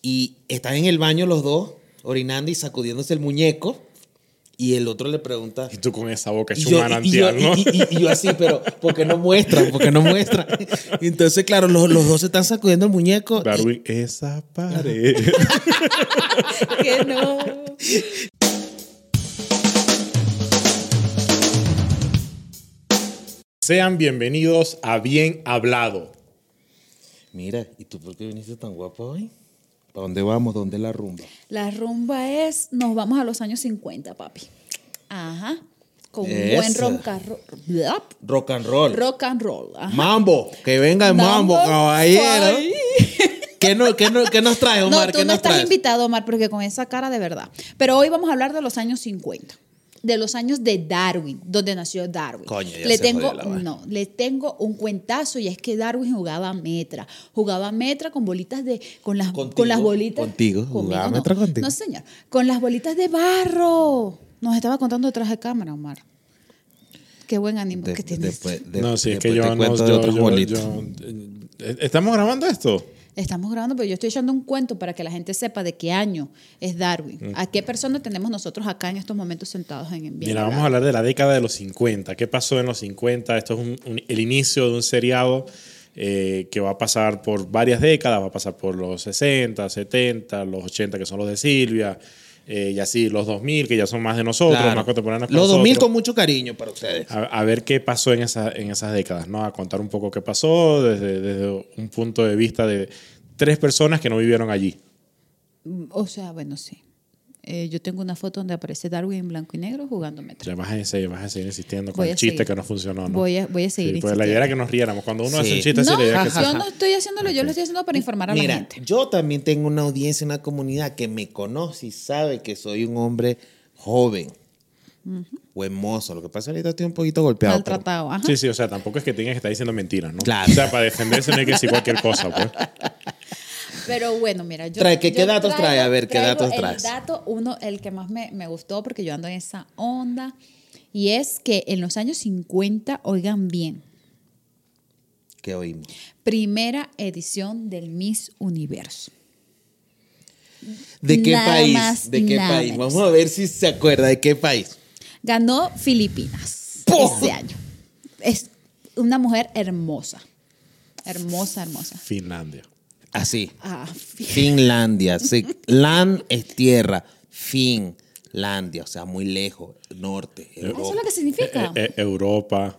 Y están en el baño los dos, orinando y sacudiéndose el muñeco. Y el otro le pregunta. Y tú con esa boca Y hecho yo, un y- y yo- manantial, ¿no? y- y- y yo así, pero ¿por qué no muestran? ¿Por qué no muestran? Y Entonces, claro, los, los dos se están sacudiendo el muñeco. y- Darwin, esa pared. que no. Sean bienvenidos a Bien Hablado. Mira, ¿y tú por qué viniste tan guapo hoy? ¿Para dónde vamos? ¿Dónde es la rumba? La rumba es, nos vamos a los años 50, papi. Ajá. Con un Esa. buen rock and roll. Rock and roll. Rock and roll. Ajá. Mambo, que venga el mambo, Mambo, caballero. ay. ¿Qué, no, qué, no- qué nos traes, Omar? no, tú ¿Qué no nos estás traes? invitado, Omar, porque con esa cara de verdad. Pero hoy vamos a hablar de los años 50. De los años de Darwin, donde nació Darwin. Coño, ya le se tengo, jodió la vaina. no, le tengo un cuentazo y es que Darwin jugaba metra, jugaba metra con bolitas de, con las, Contigo, con las bolitas. contigo, Conmigo jugaba no. metra contigo. No, señor, con las bolitas de barro. Nos estaba contando detrás de cámara, Omar. Qué buen ánimo De- que tienes. después- de- no, si es que después yo te no. cuento de yo- otras yo- bolitas. yo- eh, ¿Estamos grabando esto? Estamos grabando, pero yo estoy echando un cuento para que la gente sepa de qué año es Darwin. ¿A qué persona tenemos nosotros acá en estos momentos sentados en en Mira, vamos a hablar de la década de los 50. ¿Qué pasó en los 50? Esto es un- un- el inicio de un seriado eh, que va a pasar por varias décadas. Va a pasar por los 60, 70, los 80, que son los de Silvia, eh, y así los 2000, que ya son más de nosotros, Claro. más contemporáneos. que Los 2000 nosotros. Ah, con mucho cariño para ustedes. a, a ver qué pasó en, esa- en esas décadas, ¿no? A contar un poco qué pasó desde, desde un punto de vista de tres personas que no vivieron allí. O sea, bueno, sí. Eh, yo tengo una foto donde aparece Darwin en blanco y negro jugando metro. Ya vas a seguir, vas a seguir insistiendo con Voy el a chiste seguir. que no funcionó, ¿no? Voy a- voy a seguir pues la idea insistiendo. era que nos riéramos. Cuando uno Sí. hace un chiste, así No, la idea es que yo no estoy haciéndolo, yo lo estoy haciendo para informar a la Mira, gente. yo también tengo una audiencia, una comunidad que me conoce y sabe que soy un hombre joven. Buen mozo. Lo que pasa es que ahorita estoy un poquito golpeado. pero- Maltratado, ajá. Sí, sí, o sea, tampoco es que tengas que estar diciendo mentiras, ¿no? Claro. O sea, para defenderse no hay que decir cualquier cosa, pues. Pero bueno, mira, yo. Trae, ¿qué- yo qué datos traigo- trae? A ver, ¿qué traigo datos el traes? dato, uno, el que más me, me gustó porque yo ando en esa onda, y es que en los años 50, oigan bien, ¿Qué oímos? primera edición del Miss Universo. ¿De qué Nada país? más, ¿De qué nada país? menos. Vamos a ver si se acuerda de qué país. Ganó Filipinas ¡Pum! este año. Es una mujer hermosa. Hermosa, hermosa. Finlandia. Así. Ah, fi- Finlandia. sí. Land es tierra. Finlandia. O sea, muy lejos. Norte. ¿Eso es Europa. lo que significa? Eh, eh, Europa,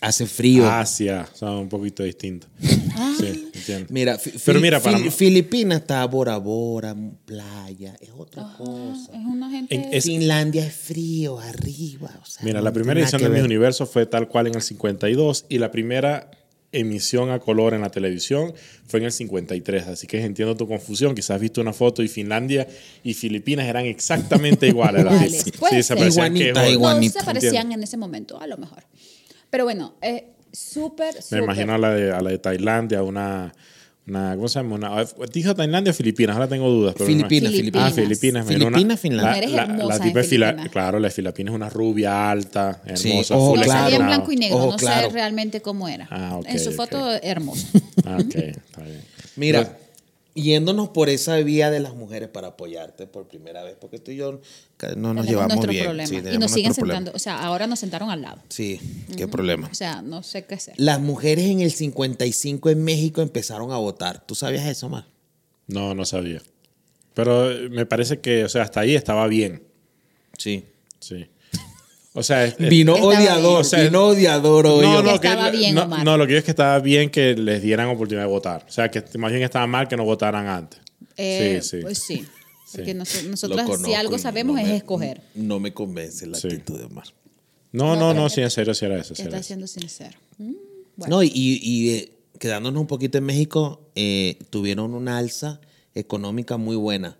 Hace frío. Ah, Asia, son un poquito distinto. Ah. Sí, entiendo. Mira, fi- Pero fi- mira, para- fi- Filipinas está Bora Bora, playa, es otra Ah. cosa. Es una gente... En- es- Finlandia es frío arriba. o sea, Mira, no la primera tiene edición de nada Mis que ver. Universo fue tal cual en el 52 y la primera emisión a color en la televisión fue en el 53, así que entiendo tu confusión, quizás has visto una foto y Finlandia y Filipinas eran exactamente iguales. las Iguales. fotos. Puede Sí, se ser. parecían que Iguanitas, joder. igual. no iguanito. se parecían en ese momento, a lo mejor. Pero bueno, es súper, Me súper... imagino a la de, a la de Tailandia, una, una, ¿cómo se llama? Una, ¿Dijo Tailandia o Filipinas? Ahora tengo dudas. pero Filipinas, me imagino- Ah, Filipinas. Filipinas. me imagino Filipinas, Finlandia. Mujeres La, la, hermosas en tipa de Fila- Filipinas. claro, la de Filipinas es una rubia alta, Sí, Oh, hermosa. ojo, full no claro. salía en esmeralda. blanco y negro, Ojo, no claro. sé realmente cómo era. Ah, ok, en su ok. foto hermosa. Ah, ok, está bien. Mira, yéndonos por esa vía de las mujeres para apoyarte por primera vez, porque tú y yo ca- no nos Tenemos llevamos nuestros bien. problemas. sí, y nos tenemos siguen nuestro problema. sentando, o sea, ahora nos sentaron al lado. Sí, qué problema. O sea, no sé qué hacer. Las mujeres en el 55 en México empezaron a votar. ¿Tú sabías eso, Mar? No, no sabía. Pero eh, me parece que, o sea, hasta ahí estaba bien. Sí. Sí. O sea, es- es- Vino Estaba odiador, bien. O sea, vino odiador hoy. No, Omar. no, Que estaba que, bien, no, Omar. no, lo que digo es que estaba bien que les dieran oportunidad de votar. O sea, que más bien estaba mal que no votaran antes. Eh, sí, sí. Pues sí. Porque nos- Lo nosotros si conozco algo y sabemos no es me- escoger. No me convence la Sí. actitud de Omar. No, No, no, pero no, que- sí, en serio, sí era eso. sí Ya era está eso. siendo sincero. Mm, bueno. No, y, y, eh, quedándonos un poquito en México, eh, tuvieron una alza económica muy buena.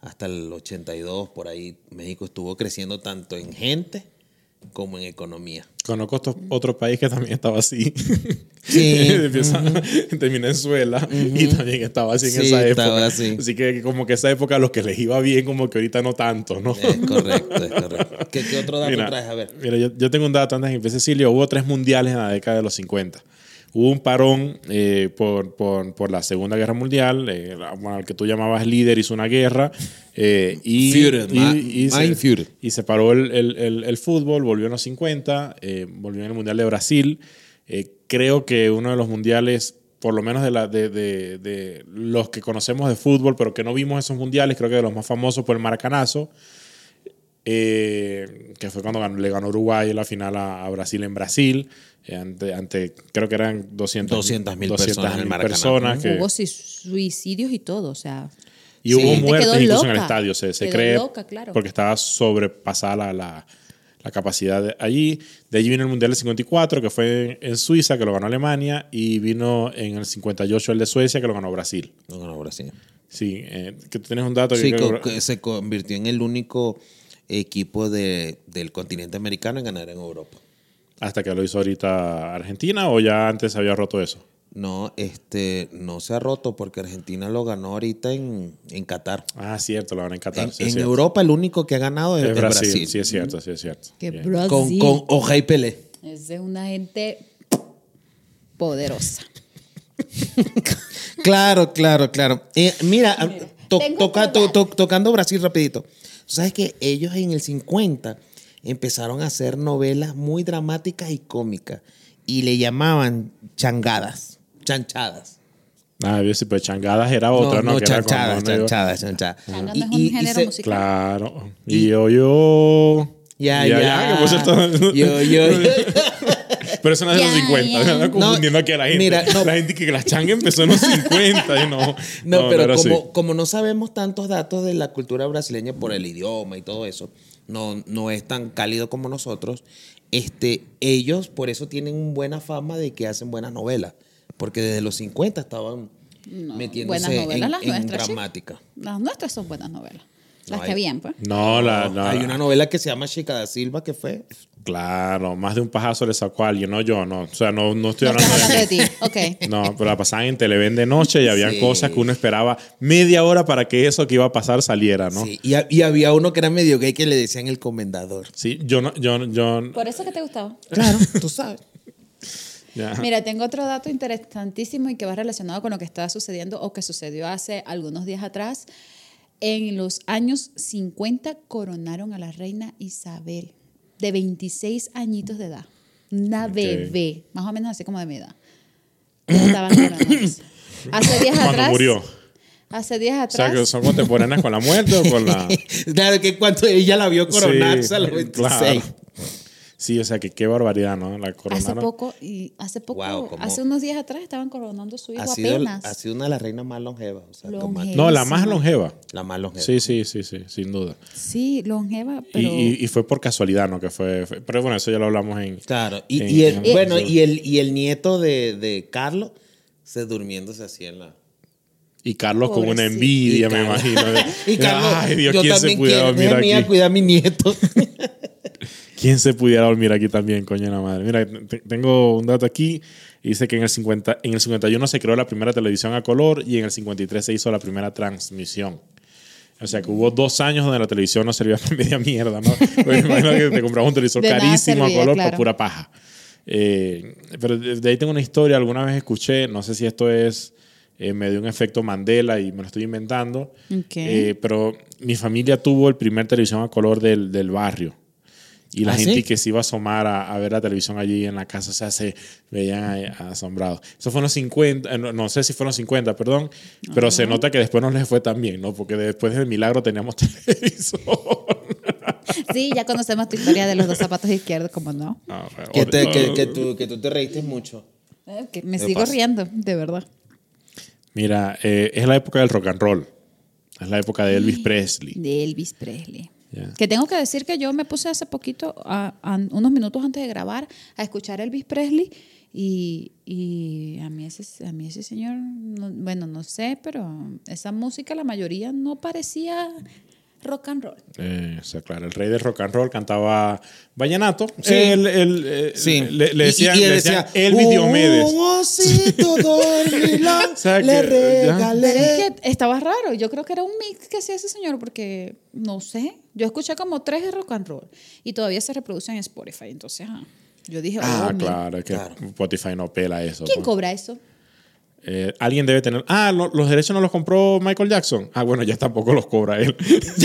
Hasta el 82, por ahí, México estuvo creciendo tanto en gente como en economía. Conozco otro, otro país que también estaba así. Sí. Empieza- de Venezuela y también estaba así en Sí, esa estaba época. así. que como que esa época a los que les iba bien, como que ahorita no tanto, ¿no? Es correcto, es correcto. ¿Qué, qué otro dato traes? A ver. mira, yo, yo tengo un dato antes de que empiece Silvio. Hubo tres mundiales en la década de los 50. Hubo un parón eh, por, por- por la Segunda Guerra Mundial, eh, la- bueno, al que tú llamabas líder hizo una guerra. eh, y, Führer, y- Ma- y Mein se, Führer. y se paró el, el- el- el fútbol, volvió en los 50, eh, volvió en el Mundial de Brasil. Eh, creo que uno de los mundiales, por lo menos de, la, de, de- de los que conocemos de fútbol, pero que no vimos esos mundiales, creo que de los más famosos fue el Maracanazo, eh, que fue cuando ganó- le ganó Uruguay en la final a, a Brasil en Brasil. eh, ante, ante- creo que eran 200 200.000 personas en el 200.000 Maracaná. personas que- Hubo si- suicidios y todo, o sea. y hubo gente muertes quedó incluso en el loca, estadio, se, se quedó cree, loca, claro. porque estaba sobrepasada la, la- la capacidad de allí. De allí vino el Mundial del 54, que fue en, en Suiza, que lo ganó Alemania, y vino en el 58 el de Suecia, que lo ganó Brasil. No, no, Brasil. Sí, eh, que tú tienes un dato. que Sí, creo co- que- que se convirtió en el único equipo de- del continente americano en ganar en Europa. hasta que lo hizo ahorita Argentina, o ya antes había roto eso. No, este, no se ha roto porque Argentina lo ganó ahorita en, en Qatar. Ah, cierto, lo van en Qatar. En, sí, es en cierto. Europa el único que ha ganado es, Es es Brasil, Brasil. sí es cierto, sí es cierto. Que Bien. Brasil Con, con Oja y Pelé. es de una gente poderosa. Claro, claro, claro. Eh, mira, ah, to- tengo toca- que hablar. to- to- tocando Brasil rapidito. Sabes que ellos en el 50 empezaron a hacer novelas muy dramáticas y cómicas y le llamaban changadas, chanchadas. Ah, yo sí, pues changadas era otra, ¿no? no, Que era chanchadas, cuando uno iba- chanchadas, chanchadas. Changada Y- es un y- y género se- musical. Claro. Y yo, yo. Ya, Y ya. que por cierto- Yo, yo, yo. Pero eso no es de los Ya, 50. ya. Anda confundiendo aquí a la gente. mira, no. La gente que la changa empezó en los 50. y no, No, pero era así. como, como no sabemos tantos datos de la cultura brasileña por el idioma y todo eso, no, no es tan cálido como nosotros, este, ellos por eso tienen buena fama de que hacen buenas novelas, porque desde los 50 estaban buenas metiéndose novelas en, las en nuestras, sí. dramática. Las nuestras son buenas novelas. Las No, que hay- habían, pues. Ah, No, la, la- Hay una novela que se llama Chica da Silva que fue... Claro, más de un pajazo le sacó a alguien, no yo, no. O sea, no, no estoy No estás hablando hablando de. de ti. Ok. No, pero la pasaban en Televen de noche y habían Sí. cosas que uno esperaba media hora para que eso que iba a pasar saliera, ¿no? Sí. Sí, y, ha- y había uno que era medio gay que le decían el comendador. yo no, yo, yo, Por eso que te gustaba. Claro, tú sabes. ya. Mira, tengo otro dato interesantísimo y que va relacionado con lo que está sucediendo o que sucedió hace algunos días atrás. En los años 50 coronaron a la reina Isabel, de 26 añitos de edad. Una Ok. bebé, más o menos así como de mi edad. Ya Estaban coronados. Hace días Cuando atrás. murió. Hace días O sea, atrás. que son contemporáneas con la muerte o con la. Claro que cuando ella la vio coronarse a los Sí, 26. claro. Sí, o sea, que qué barbaridad, ¿no? La Hace coronaron. poco, y hace poco, Guau, cómo- hace unos días atrás estaban coronando a su hijo ha sido, apenas. ha sido una de las reinas más longevas. O sea, Longeva. tomate- No, la más longeva. La más longeva. Sí, sí, sí, sí, sin duda. Sí, longeva, Y, pero. y- y fue por casualidad, ¿no? Que fue, fue- Pero bueno, eso ya lo hablamos en. Claro. Y, En- y el, en- bueno, sí. y el, y el nieto de, de Carlos se durmiéndose así en la. Y Carlos con una Pobrecito. envidia, Y me Carlos- imagino. Y Carlos, Ay, Dios, yo ¿quién se también pudiera quiero. dormir Mira, aquí? mía, cuida a mi nieto. ¿Quién se pudiera dormir aquí también, coño de la madre? Mira, te- tengo un dato aquí. Dice que en el, 50, en el 51 se creó la primera televisión a color y en el 53 se hizo la primera transmisión. O sea que hubo dos años donde la televisión no servía para media mierda, ¿no? Porque me imagino que te comprabas un televisor De nada carísimo servía, a color claro. por pura paja. Eh, pero de, de ahí tengo una historia. Alguna vez escuché, no sé si esto es eh, me dio un efecto Mandela y me lo estoy inventando. Ok. Eh, pero mi familia tuvo el primer televisión a color del, del barrio. Y la ¿Ah, gente sí? que se iba a asomar a, a ver la televisión allí en la casa, o sea, se veían ahí asombrados. Eso fueron 50, eh, no, no sé si fueron 50, perdón, pero se nota que después no les fue tan bien, ¿no? Porque después del milagro teníamos televisor. Sí, ya conocemos tu historia de los dos zapatos izquierdos, como no. Ah, bueno, que, te- o- que- que tú, que tú te reíste mucho. Eh, que me Me sigo pasa. riendo, de verdad. Mira, eh, es la época del rock and roll. Es la época de Elvis Presley. De Elvis Presley. Ya. Que tengo que decir que yo me puse hace poquito, a- a- unos minutos antes de grabar, a escuchar a Elvis Presley y, y a, mí ese, a mí ese señor, no- bueno, no sé, pero esa música la mayoría no parecía rock and roll. Eh, o sea, claro, el rey del rock and roll cantaba vallenato. Sí. Él- él, eh, Sí. Le, le Y- y- decían, y él le decían decía, "Uh, Elvis "Un Diomedes. osito dormilón O sea, le que- ya. Pero es regalé. que estaba raro. Yo creo que era un mix que hacía ese señor porque, no sé, yo escuché como tres de rock and roll y todavía se reproduce en Spotify, entonces... ah. Yo dije, Ah, oh, mira. claro, es que Claro. Spotify no pela eso. ¿Quién pues. cobra eso? Eh, alguien debe tener. Ah, lo- los derechos no los compró Michael Jackson. Ah, bueno, ya tampoco los cobra él.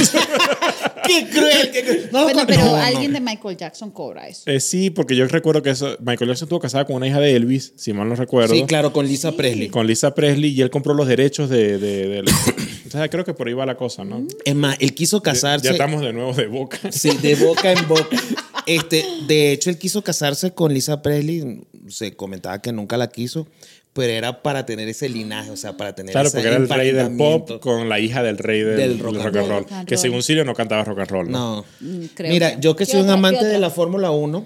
¡Qué cruel! qué cruel! No, bueno, con- pero no, no. alguien de Michael Jackson cobra eso. Eh, sí, porque yo recuerdo que eso- Michael Jackson estuvo casada con una hija de Elvis, si mal no recuerdo. Sí, claro, con Lisa Presley. Con Lisa Presley y él compró los derechos de. de- de- o sea, creo que por ahí va la cosa, ¿no? Es más, él quiso Ya Mm. casarse. estamos de nuevo de boca. Sí, de boca en boca. Este, de hecho, él quiso casarse con Lisa Presley. Se comentaba que nunca la quiso, pero era para tener ese linaje, o sea, para tener Claro, ese porque era el rey del pop emparentamiento. con la hija del rey del, Del rock and rock, and roll. roll. Rock and Que roll. según Sirio no cantaba rock and roll. No. No. Mm, creo Mira, que- yo que ¿Qué soy un otra- qué amante de otra? la Fórmula 1,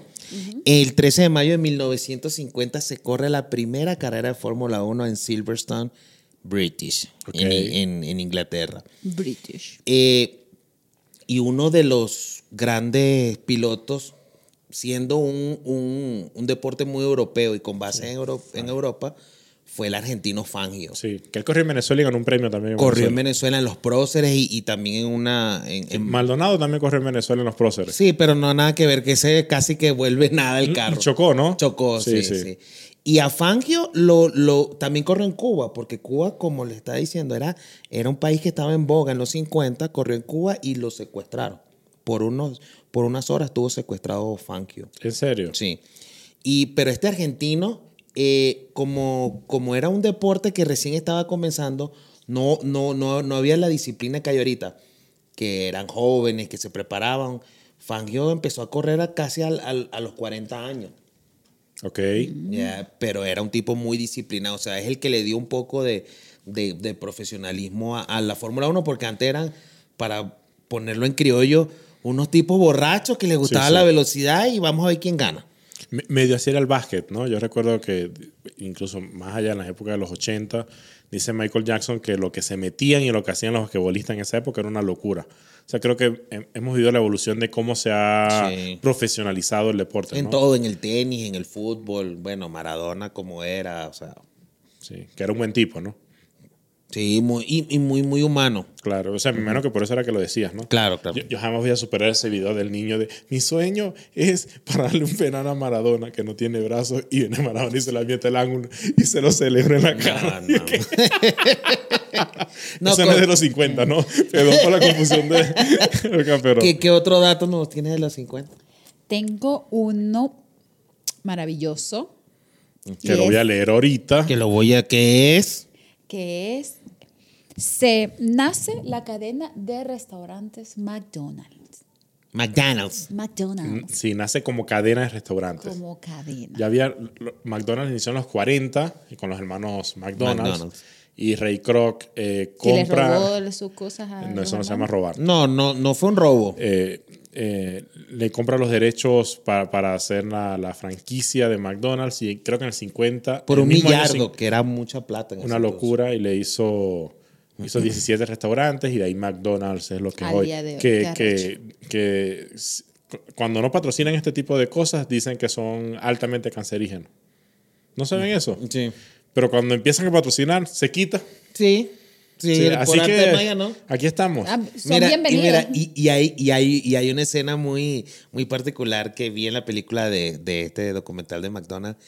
el 13 de mayo de 1950 se corre la primera carrera de Fórmula 1 en Silverstone, British, en, Ok. en- en Inglaterra. British. Eh, y uno de los grandes pilotos, siendo un, un- un deporte muy europeo y con base en, Euro- en Europa, fue el argentino Fangio. Sí, que él corrió en Venezuela y ganó un premio también. en Corrió en Venezuela Venezuela. en los próceres y, y también en una... en- en- Maldonado también corrió en Venezuela en los próceres. sí, pero no nada que ver, que ese casi que vuelve nada el carro. Mm, Chocó, ¿no? Chocó, sí, sí. sí. Y a Fangio lo, lo, también corrió en Cuba, porque Cuba, como le estaba diciendo, era, era un país que estaba en boga en los 50, corrió en Cuba y lo secuestraron. Por, unos, por unas horas estuvo secuestrado Fangio. ¿En serio? Sí. Y, pero este argentino, eh, como, como era un deporte que recién estaba comenzando, no, no, no, no había la disciplina que hay ahorita, que eran jóvenes, que se preparaban. Fangio empezó a correr a casi al- al- a los 40 años. Ok. Ya, pero era un tipo muy disciplinado. O sea, es el que le dio un poco de, de- de profesionalismo a, a la Fórmula 1, porque antes eran, para ponerlo en criollo, unos tipos borrachos que les gustaba sí. la velocidad y vamos a ver quién gana. Me- Medio así era el básquet, ¿no? Yo recuerdo que incluso más allá en las épocas de los 80, dice Michael Jackson que lo que se metían y lo que hacían los basquetbolistas en esa época era una locura. O sea, creo que he- hemos vivido la evolución de cómo se ha Sí. profesionalizado el deporte, En ¿no? todo, en el tenis, en el fútbol, bueno, Maradona como era, o sea, Sí, que era un buen tipo, ¿no? sí, muy, y, y muy, muy humano. Claro, o sea, me imagino que por eso era que lo decías, ¿no? Claro, claro. Yo, yo jamás voy a superar ese video del niño de mi sueño es pararle un penal a Maradona que no tiene brazos y viene Maradona y se la avienta el ángulo y se lo celebra en la Ah, cara. no. No, Eso no con- es de los 50, ¿no? Perdón por la confusión de. Oiga, pero- ¿qué, qué otro dato nos tienes de los 50? Tengo uno maravilloso Que lo voy a leer ahorita. Que lo voy a... ¿Qué es? que es se nace la cadena de restaurantes McDonald's. McDonald's. McDonald's Sí, nace como cadena de restaurantes. como cadena. Mm, pues, Ya había. lo- McDonald's inició en los 40 y con los hermanos McDonald's. McDonald's. Y Ray Kroc eh, Que les compra. robó sus cosas a no, los eso no se llama hermanos. robar. No, no, no fue un robo. eh, eh, le compra los derechos para, para hacer la, la franquicia de McDonald's y creo que en el 50... Por el un mismo año millardo, cin- que era mucha plata. en ese Una entonces. locura y le hizo, hizo 17 restaurantes y de ahí McDonald's es lo que es Al hoy. día de hoy, que, qué que, que s- cu- cuando no patrocinan este tipo de cosas dicen que son altamente cancerígenos. ¿No saben eso? Sí. Pero cuando empiezan a patrocinar, se quita. Sí. Sí, Sí, el- por así arte de magia, que ¿no? aquí estamos. Ah, son Mira, y, bienvenidos. mira, y, y hay, y, hay, y hay una escena muy, muy particular que vi en la película de, de este documental de McDonald's,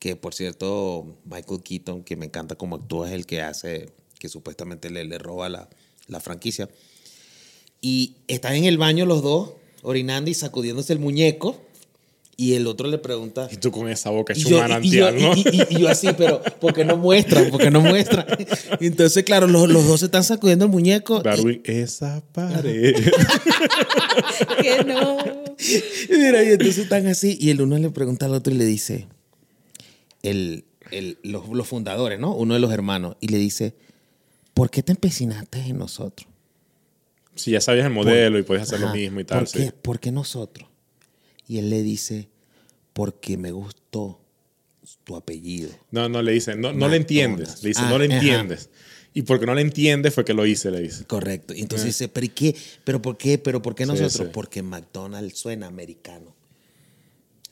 que por cierto, Michael Keaton, que me encanta cómo actúa, es el que hace, que supuestamente le, le roba la, la franquicia. Y están en el baño los dos, orinando y sacudiéndose el muñeco, y el otro le pregunta... y tú con esa boca Y hecho yo, y- un y yo- manantial, ¿no? y- y- y yo así, pero ¿por qué no muestran? ¿Por qué no muestran? Entonces, claro, los, los dos se están sacudiendo el muñeco. y- Darwin, esa pared. que no. Y mira, y entonces están así, y el uno le pregunta al otro y le dice, el, el- los, los fundadores, ¿no? Uno de los hermanos, y le dice, ¿por qué te empecinaste en nosotros? Si ya sabías el modelo y podías hacer Ajá, lo mismo y tal. ¿por, sí. qué, por qué nosotros? Y él le dice, porque me gustó tu apellido. No, no le dicen, no, no le McDonald's. entiendes. Le dicen, Ah, no le ajá. entiendes. Y porque no le entiendes fue que lo hice, le dice. Correcto. Y entonces dice, ¿pero y qué? ¿Pero por qué? ¿Pero por qué Sí, nosotros? sí. Porque McDonald's suena americano.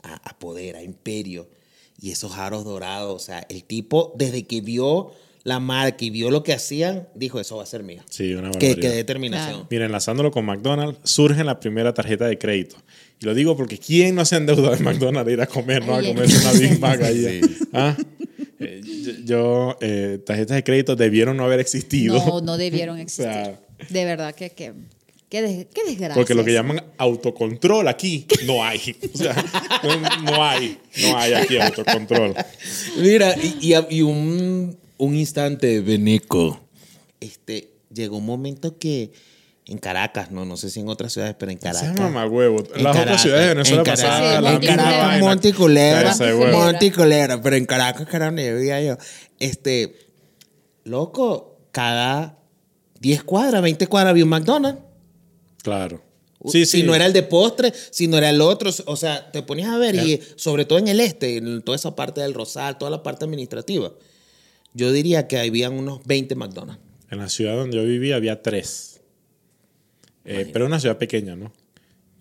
A, a poder, a imperio. Y esos aros dorados. O sea, el tipo, desde que vio la marca y vio lo que hacían, dijo, eso va a ser mío. Sí, una Que, barbaridad. que determinación. Mira, enlazándolo con McDonald's, surge la primera tarjeta de crédito. Y lo digo porque ¿quién no se ha endeudado en McDonald's a ir a comer, no? A Ay, comerse una Big Mac Sí. ahí. ¿Ah? Eh, yo, yo, eh, tarjetas de crédito debieron no haber existido. No, no debieron O sea, existir. de verdad que, que, que des- qué desgracia. Porque lo que eso. llaman autocontrol aquí no hay. O sea, no, no hay. No hay aquí autocontrol. Mira, y, y- y un, un instante, Beneco. Este, llegó un momento que en Caracas, no, no sé si en otras ciudades, pero en Ese Caracas. es mamagüevo. En Las Caracas, otras ciudades de en Venezuela Caracas, pasaban Sí, la en misma Caracas, vaina. Monte y Culebra, Cabeza de huevo. Monte y Culebra, pero en Caracas, que era donde vivía yo. Este, loco, cada 10 cuadras, 20 cuadras había un McDonald's. Claro. Sí, sí. Si no era el de postre, si no era el otro, o sea, te ponías a ver, y sobre todo en el este, en toda esa parte del Rosal, toda la parte administrativa, yo diría que habían unos 20 McDonald's. En la ciudad donde yo vivía había tres. Eh, pero una ciudad pequeña, ¿no?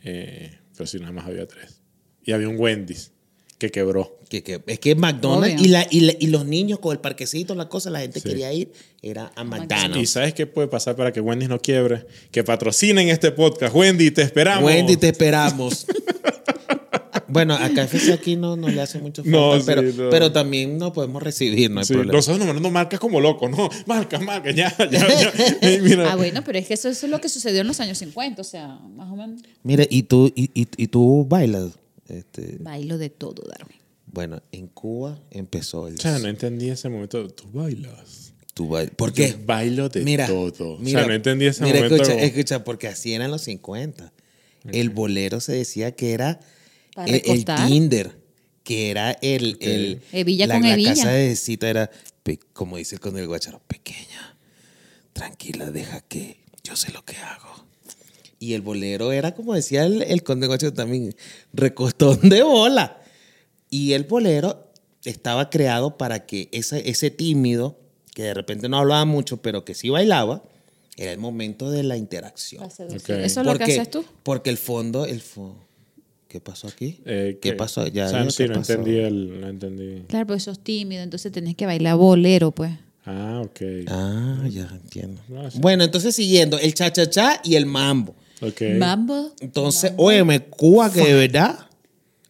Eh, pero sí, nada más había tres. Y había un Wendy's que quebró. Que, que- es que McDonald's Obvio. y, la, y, la- y los niños con el parquecito, la cosa, la gente Sí. quería ir, era a ¿Y McDonald's. sabes qué puede pasar para que Wendy's no quiebre? Que patrocinen este podcast. Wendy, te esperamos. Wendy, te esperamos. bueno, a KFC aquí no, no le hace mucho falta, No, sí, pero, no. pero también no podemos recibir, no hay Sí, problema. nosotros nombrando marcas como locos, ¿no? Marcas, marcas, ya, ya, ya. Eh, mira. Ah, bueno, pero es que eso, eso es lo que sucedió en los años 50, o sea, más o menos. Mira, y tú, y, y- y tú bailas. Este, Bailo de todo, Darwin. bueno, en Cuba empezó el O sea, no entendí ese momento. Tú bailas. Tú bail- ¿Por Yo qué? bailo de todo. O sea, no entendí ese mira, momento Escucha, como- escucha, porque así eran los 50. El bolero se decía que era Para el, el recostar. Tinder, que era el. el- Hebilla la, con la hebilla. casa de cita era, pe- como dice con el guacharo, pequeña, tranquila, deja que yo sé lo que hago. Y el bolero era, como decía el, el conde Guacho también, recostón de bola. Y el bolero estaba creado para que ese, ese tímido, que de repente no hablaba mucho, pero que sí bailaba, era el momento de la interacción. Para seducir. Ok. Eso es lo que Porque- haces tú. Porque el fondo, el fo- ¿qué pasó aquí? Eh, ¿Qué que- pasó? Ya, o sea, ya, sí, ¿qué no pasó? entendí el. No entendí. Claro, porque sos tímido, entonces tenés que bailar bolero, pues. Ah, ok. Ah, ya entiendo. No, sí. Bueno, entonces siguiendo, el cha-cha-cha y el mambo. Ok. Mambo. Entonces, óyeme, Cuba que de verdad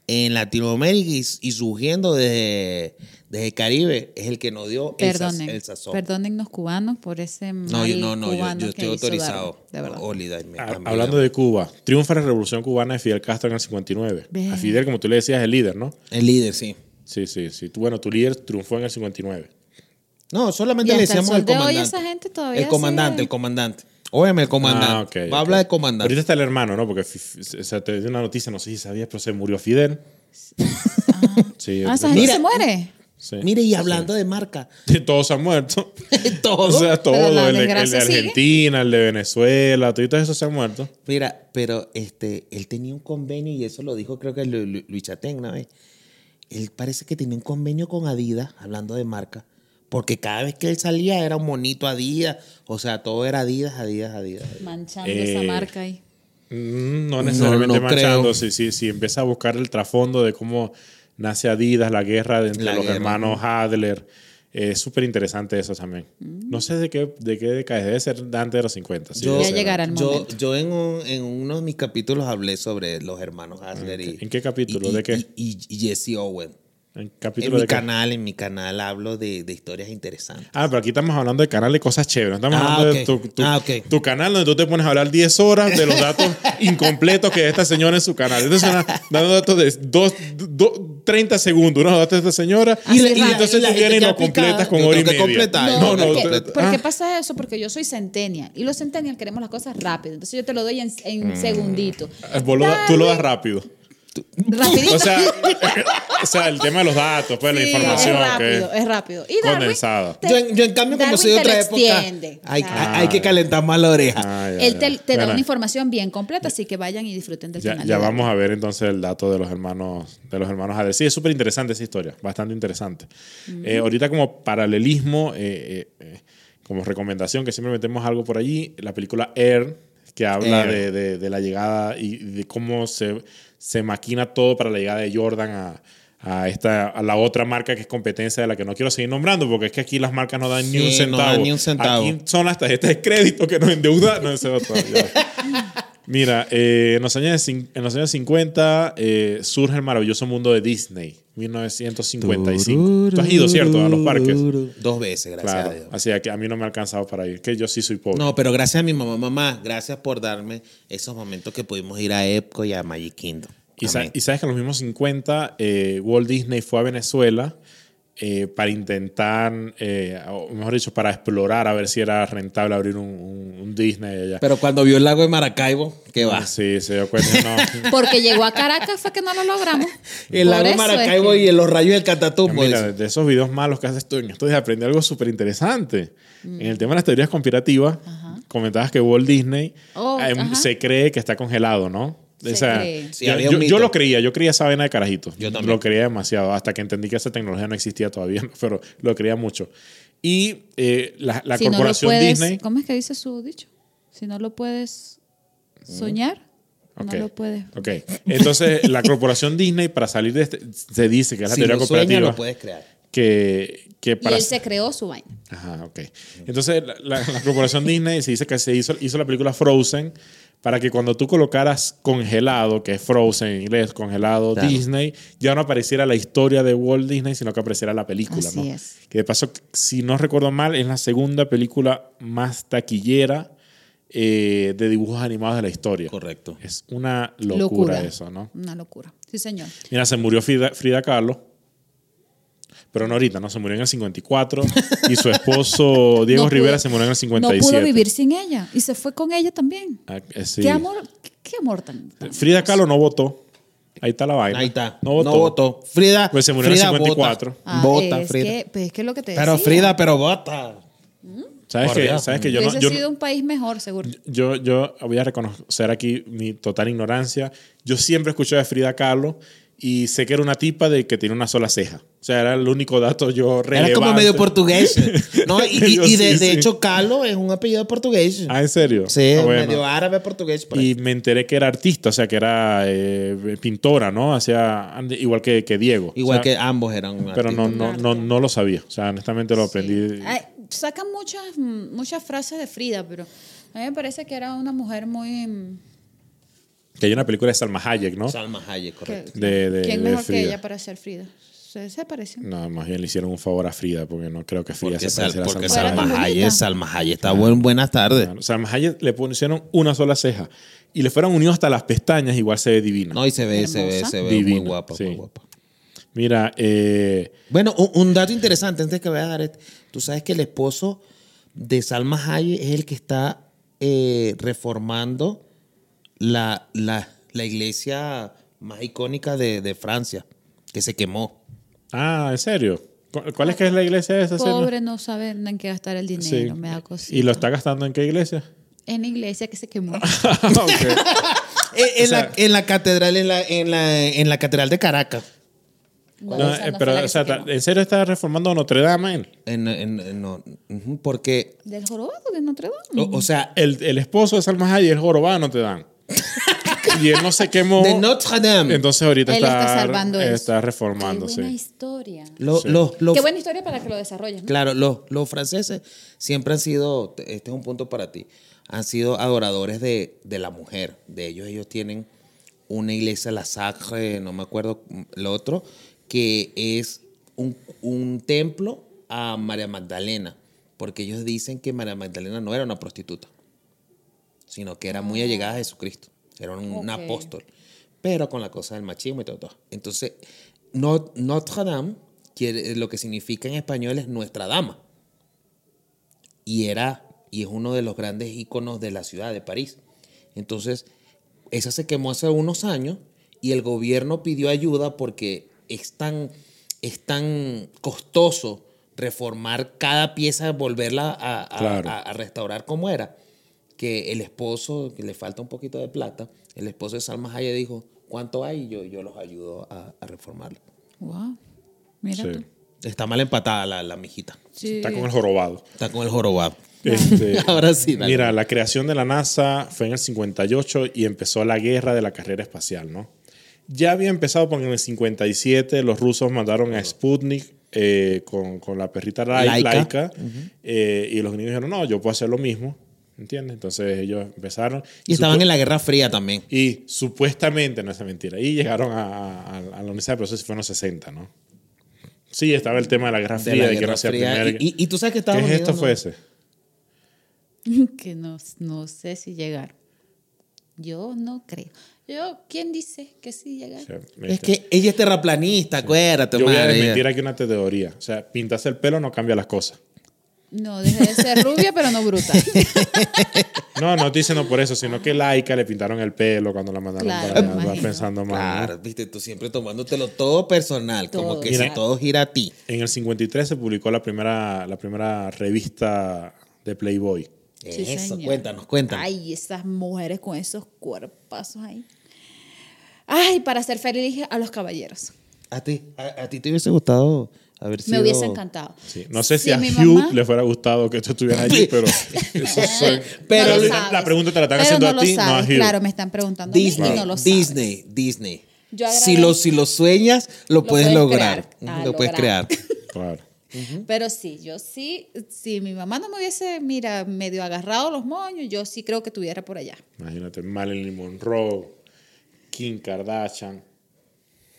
en Latinoamérica y, y surgiendo desde, desde el Caribe es el que nos dio el, saz- Perdonen, el sazón. perdónennos cubanos por ese No, mal yo, no, no, yo- yo, cubano que estoy hizo autorizado. Darwin, de verdad. Oli, dame- Ah, dame- Hablando de Cuba, triunfa la revolución cubana de Fidel Castro en el 59. Ve. A Fidel, como tú le decías, el líder, ¿no? El líder, sí. Sí, sí, sí. Tú- Bueno, tu líder triunfó en el 59. No, solamente Y le hasta el decíamos sol al de hoy comandante. esa gente todavía el comandante, sigue- el comandante. Óyeme, el comandante. Ah, ok, Va a ok. hablar de comandante. Ahorita está el hermano, ¿no? Porque fi- fi- o sea, te di una noticia, no sé si sabías, pero se murió Fidel. Sí, Ah, esa entonces- gente Mira, se muere. Sí. Mire, y hablando de marca, Sí, todos han muerto. todo. O sea, todo. Pero la El, de- el de desgracia sigue. Argentina, el de Venezuela, todo- y todos esos se han muerto. Mira, pero este, él tenía un convenio, y eso lo dijo creo que Lu- Lu- Luis Chatén una vez. Él parece que tenía un convenio con Adidas, hablando de marca, porque cada vez que él salía era un monito Adidas, o sea, todo era Adidas, Adidas, Adidas. Adidas. Manchando esa Eh, marca ahí. Mm, No necesariamente no creo. manchando. Si, si, si empieza a buscar el trasfondo de cómo nace Adidas, la guerra de entre La los guerra. hermanos Adler. eh, Es súper interesante eso también. No sé de qué, de qué década es, Debe ser de antes de los 50. sí, Yo- debe Ya ser. llegará el yo, momento. Yo en, un- en uno de mis capítulos hablé sobre los hermanos Asler Ah, Ok. y... ¿En qué capítulo? y- ¿De qué? Y, y- y Jesse Owen. En En capítulo mi de qué? canal, en mi canal hablo de, de historias interesantes. Ah, pero aquí estamos hablando de canal de cosas chéveres. No estamos Ah, hablando ok. de tu, tu- Ah, ok. tu canal donde tú te pones a hablar 10 horas de los datos incompletos que esta señora en su canal. Entonces, una- dando datos de dos, do- 30 segundos, unos datos de esta señora. Y la- y la- entonces y Ah, la tú gente vienes y queda lo completas picada. con Yo hora y tengo que media. completar. Ay, no, No, no. porque- te- tú- ¿Por qué ah, pasa eso? Porque yo soy centennial y los centennial queremos las cosas rápido. Entonces yo te lo doy en, en Mm. segundito. ah, vos lo da- tú lo das rápido. Rapidito. O sea, o sea, el tema de los datos, pues la Sí, información. Es que- rápido, es rápido. Y Darwin Condensada. te- yo, en, yo, en cambio, como Darwin soy de te lo otra época, extiende. hay, Claro. hay- hay que calentar más la oreja. Ah, ya, Él ya. te, te da Bueno, una información bien completa, así que vayan y disfruten del Ya, canal. ya de Darwin. vamos a ver entonces el dato de los hermanos de los hermanos Adler. Sí, es súper interesante esa historia, bastante interesante. Eh, ahorita como paralelismo, eh, eh, eh, como recomendación que siempre metemos algo por allí, la película Air, que habla Air. de, de- de la llegada y de cómo se, se maquina todo para la llegada de Jordan a, a a, esta, a la otra marca que es competencia de la que no quiero seguir nombrando, porque es que aquí las marcas no dan, ni, un Sí, no centavo. dan ni un centavo. Aquí son las tarjetas de crédito que nos endeudan. No, ese otro, ya. Mira, eh, en, los años, cin- en los años 50 eh, surge el maravilloso mundo de Disney, 1955. Tú has ido, ¿cierto? A los parques. Dos veces, gracias a Claro. Dios. Así que a mí no me ha alcanzado para ir. Que yo sí soy pobre. No, pero gracias a mi mamá, mamá, gracias por darme esos momentos que pudimos ir a Epco y a Magic Kingdom. Y, sa- Amén. y sabes que en los mismos 50, eh, Walt Disney fue a Venezuela eh, para intentar, eh, o mejor dicho, para explorar a ver si era rentable abrir un, un- un Disney allá. Pero cuando vio el lago de Maracaibo, ¿qué va? Sí, se dio cuenta. No. Porque llegó a Caracas fue que no lo logramos. El lago Por de eso es Maracaibo que- y los rayos del Catatumbo. Mira, dice. de esos videos malos que haces tú en estos días aprendí algo súper interesante. Mm. En el tema de las teorías conspirativas, comentabas que Walt Disney Oh, eh, ajá. se cree que está congelado, ¿no? Se cree. Sí, yo- había yo, un yo mito. lo creía, yo creía esa vena de carajito. Yo también. Lo creía demasiado, hasta que entendí que esa tecnología no existía todavía, pero lo creía mucho. Y eh, la, la Si no lo corporación puedes- Disney. ¿Cómo es que dice su dicho? Si no lo puedes soñar, Mm. Ok. no lo puedes. Ok, entonces la corporación Disney para salir de este, se dice que es la si teoría lo sueñas, cooperativa lo puedes crear. que, que Y para él se creó su vaina. Ajá, ok. Entonces, la, la- la corporación Disney se dice que se hizo, hizo la película Frozen para que cuando tú colocaras congelado, que es Frozen en inglés, congelado Claro. Disney, ya no apareciera la historia de Walt Disney, sino que apareciera la película, Así ¿no? es. Que de paso, si no recuerdo mal, es la segunda película más taquillera eh, de dibujos animados de la historia. Correcto. Es una locura, Locura. eso, ¿no? Una locura. Sí, señor. Mira, se murió Frida, Frida Kahlo. Pero no ahorita, no, se murió en el 54. y su esposo Diego No pudo- Rivera se murió en el 57. No pudo vivir sin ella. Y se fue con ella también. Ah, eh, sí. ¿Qué amor, qué, qué amor tan. tan- Frida Kahlo no votó. Ahí está la vaina. Ahí está. No votó. Frida. Pues se murió en el Frida vota. 54. Ah, Vota, es Frida. Que, pues es que es lo que te Pero decía. Frida, pero vota. ¿Sabes Por que, Dios. ¿Sabes que yo no, Hubiese yo, sido un país mejor, seguro. yo, yo voy a reconocer aquí mi total ignorancia. Yo siempre escuché de Frida Kahlo y sé que era una tipa de que tiene una sola ceja. O sea, era el único dato yo relevante. Era como medio portugués. No, y, y- Yo y de, sí, de sí. hecho, Calo es un apellido portugués. Ah, ¿en serio? sí, Ah, bueno. medio árabe portugués. por ahí. Y me enteré que era artista, o sea, que era eh, pintora, ¿no? Hacía ande- igual que, que Diego. Igual O sea, que ambos eran. Pero no, artistas. no, no, no lo sabía. O sea, honestamente lo aprendí. Ay, sacan muchas, muchas frases de Frida, pero a mí me parece que era una mujer muy. mm, Que hay una película de Salma Hayek, ¿no? Salma Hayek, que- correcto. De- de- ¿Quién de mejor que Frida. ella para ser Frida? Se, se pareció. no, más bien le hicieron un favor a Frida, porque no creo que Frida Porque, se Sal- pareciera porque a Fuera Salma Salma tan Hayek, bonita. Salma Hayek está buen, buenas tardes. Hayek. Salma Hayek le pusieron una sola ceja y le fueron unidos hasta las pestañas, igual se ve divina. No, y se ve, se ve, Hermosa. se ve Divina, muy guapa, sí. muy guapa. Mira, eh, Bueno, un, un dato interesante antes que vaya a dar. este. Tú sabes que el esposo de Salma Hayek es el que está eh, reformando la, la, la iglesia más icónica de, de Francia, que se quemó. ah, ¿en serio? ¿Cu- ¿Cuál es que es la iglesia de esa señora? Pobre, no sabe en qué gastar el Sí. dinero, me da cosita. ¿Y lo está gastando en qué iglesia? En la iglesia que se quemó. Ok. Eh, En, Ah. O sea- la, en la catedral, en la, en la, en la catedral de Caracas. No, No, esa eh, no fue pero, la que o sea, se quemó. ¿en serio está reformando Notre Dame? En- en- en- no, ujú, porque, ¿Del jorobado de Notre Dame? Oh, o, o sea, El, el esposo de Salma Hayek, el jorobado, no te dan. y él no se quemó. de Notre Dame. Entonces ahorita Él está, está salvando eso. está Qué reformándose. buena historia. Lo- Sí. lo- lo- Qué buena historia para que lo desarrolles. ¿no? Claro, los, los franceses siempre han sido, este es un punto para ti, han sido adoradores de, de la mujer. De ellos, ellos tienen una iglesia, la Sacre, no me acuerdo mm, lo otro, que es un, un templo a María Magdalena, porque ellos dicen que María Magdalena no era una prostituta, sino que era muy allegada a Jesucristo, era un, un Ok. apóstol, pero con la cosa del machismo y todo. todo. Entonces, no- Notre Dame, quiere- lo que significa en español es Nuestra Dama y era y es uno de los grandes íconos de la ciudad de París. Entonces, esa se quemó hace unos años y el gobierno pidió ayuda porque es tan, es tan costoso reformar cada pieza, volverla a, a- Claro. a- a restaurar como era, que el esposo, que le falta un poquito de plata, el esposo de Salma Hayek dijo, ¿cuánto hay? Y yo, yo los ayudo a, a reformarla. Wow. Mira Sí. tú. Está mal empatada la, la mijita. Sí. Está con el jorobado. Está con el jorobado. Este, Ahora sí, dale. mira, la creación de la NASA fue en el 58 y empezó la guerra de la carrera espacial, ¿no? Ya había empezado porque en el 57 los rusos mandaron a Sputnik eh, con, con la perrita Lai- Laika. Laika, eh, y los gringos dijeron, no, yo puedo hacer lo mismo, ¿entiendes? Entonces ellos empezaron. Y estaban Supo- en la Guerra Fría también. Y supuestamente, no es mentira, y llegaron a, a- a la universidad, pero eso sí fue en los 60, ¿no? Sí, estaba el tema de la Guerra De Fría, la de que Guerra no sea Fría. primera- Y- y- y tú sabes que ¿Qué Estados es esto pues? Unidos fue no- ese? que no, no sé si llegar. Yo no creo. Yo, ¿quién dice que sí llegar? O sea, Es este- que ella es terraplanista, acuérdate, yo voy a madre. desmentir aquí una teoría. O sea, pintarse el pelo no cambia las cosas. No, dejé de ser rubia, pero no bruta. No, no estoy diciendo por eso, sino que Laika le pintaron el pelo cuando la mandaron Claro, para me allá. Vas imagino. pensando más. ¿no? Claro, viste, tú siempre tomándotelo todo personal, como Todo. que Mira. si todo gira a ti. En el 53 se publicó la primera, la primera revista de Playboy. Sí, Eso, señor. cuéntanos, cuéntanos. Ay, esas mujeres con esos cuerpazos ahí. Ay, para ser feliz a los caballeros. A ti, a, a ti te hubiese gustado haber sido... Me hubiese encantado. oh. Sí, No sé si, Sí, a mi Hugh mamá- le fuera gustado que esto estuviera allí, pero eso son- Pero No lo la- sabes. la pregunta te la están Pero haciendo no a lo ti, no a sabes. Hugh. Claro, me están preguntando a mí Disney, y no lo sabes. Disney, Disney. Yo Si agradezco- lo, si lo sueñas, lo, Lo puedes puedes lograr. crear. Ujú, Ah, lo puedes crear. lograr. Claro. Pero sí, yo sí, si mi mamá no me hubiese, mira, medio agarrado los moños, yo sí creo que estuviera por allá. Imagínate, Marilyn Monroe, Kim Kardashian.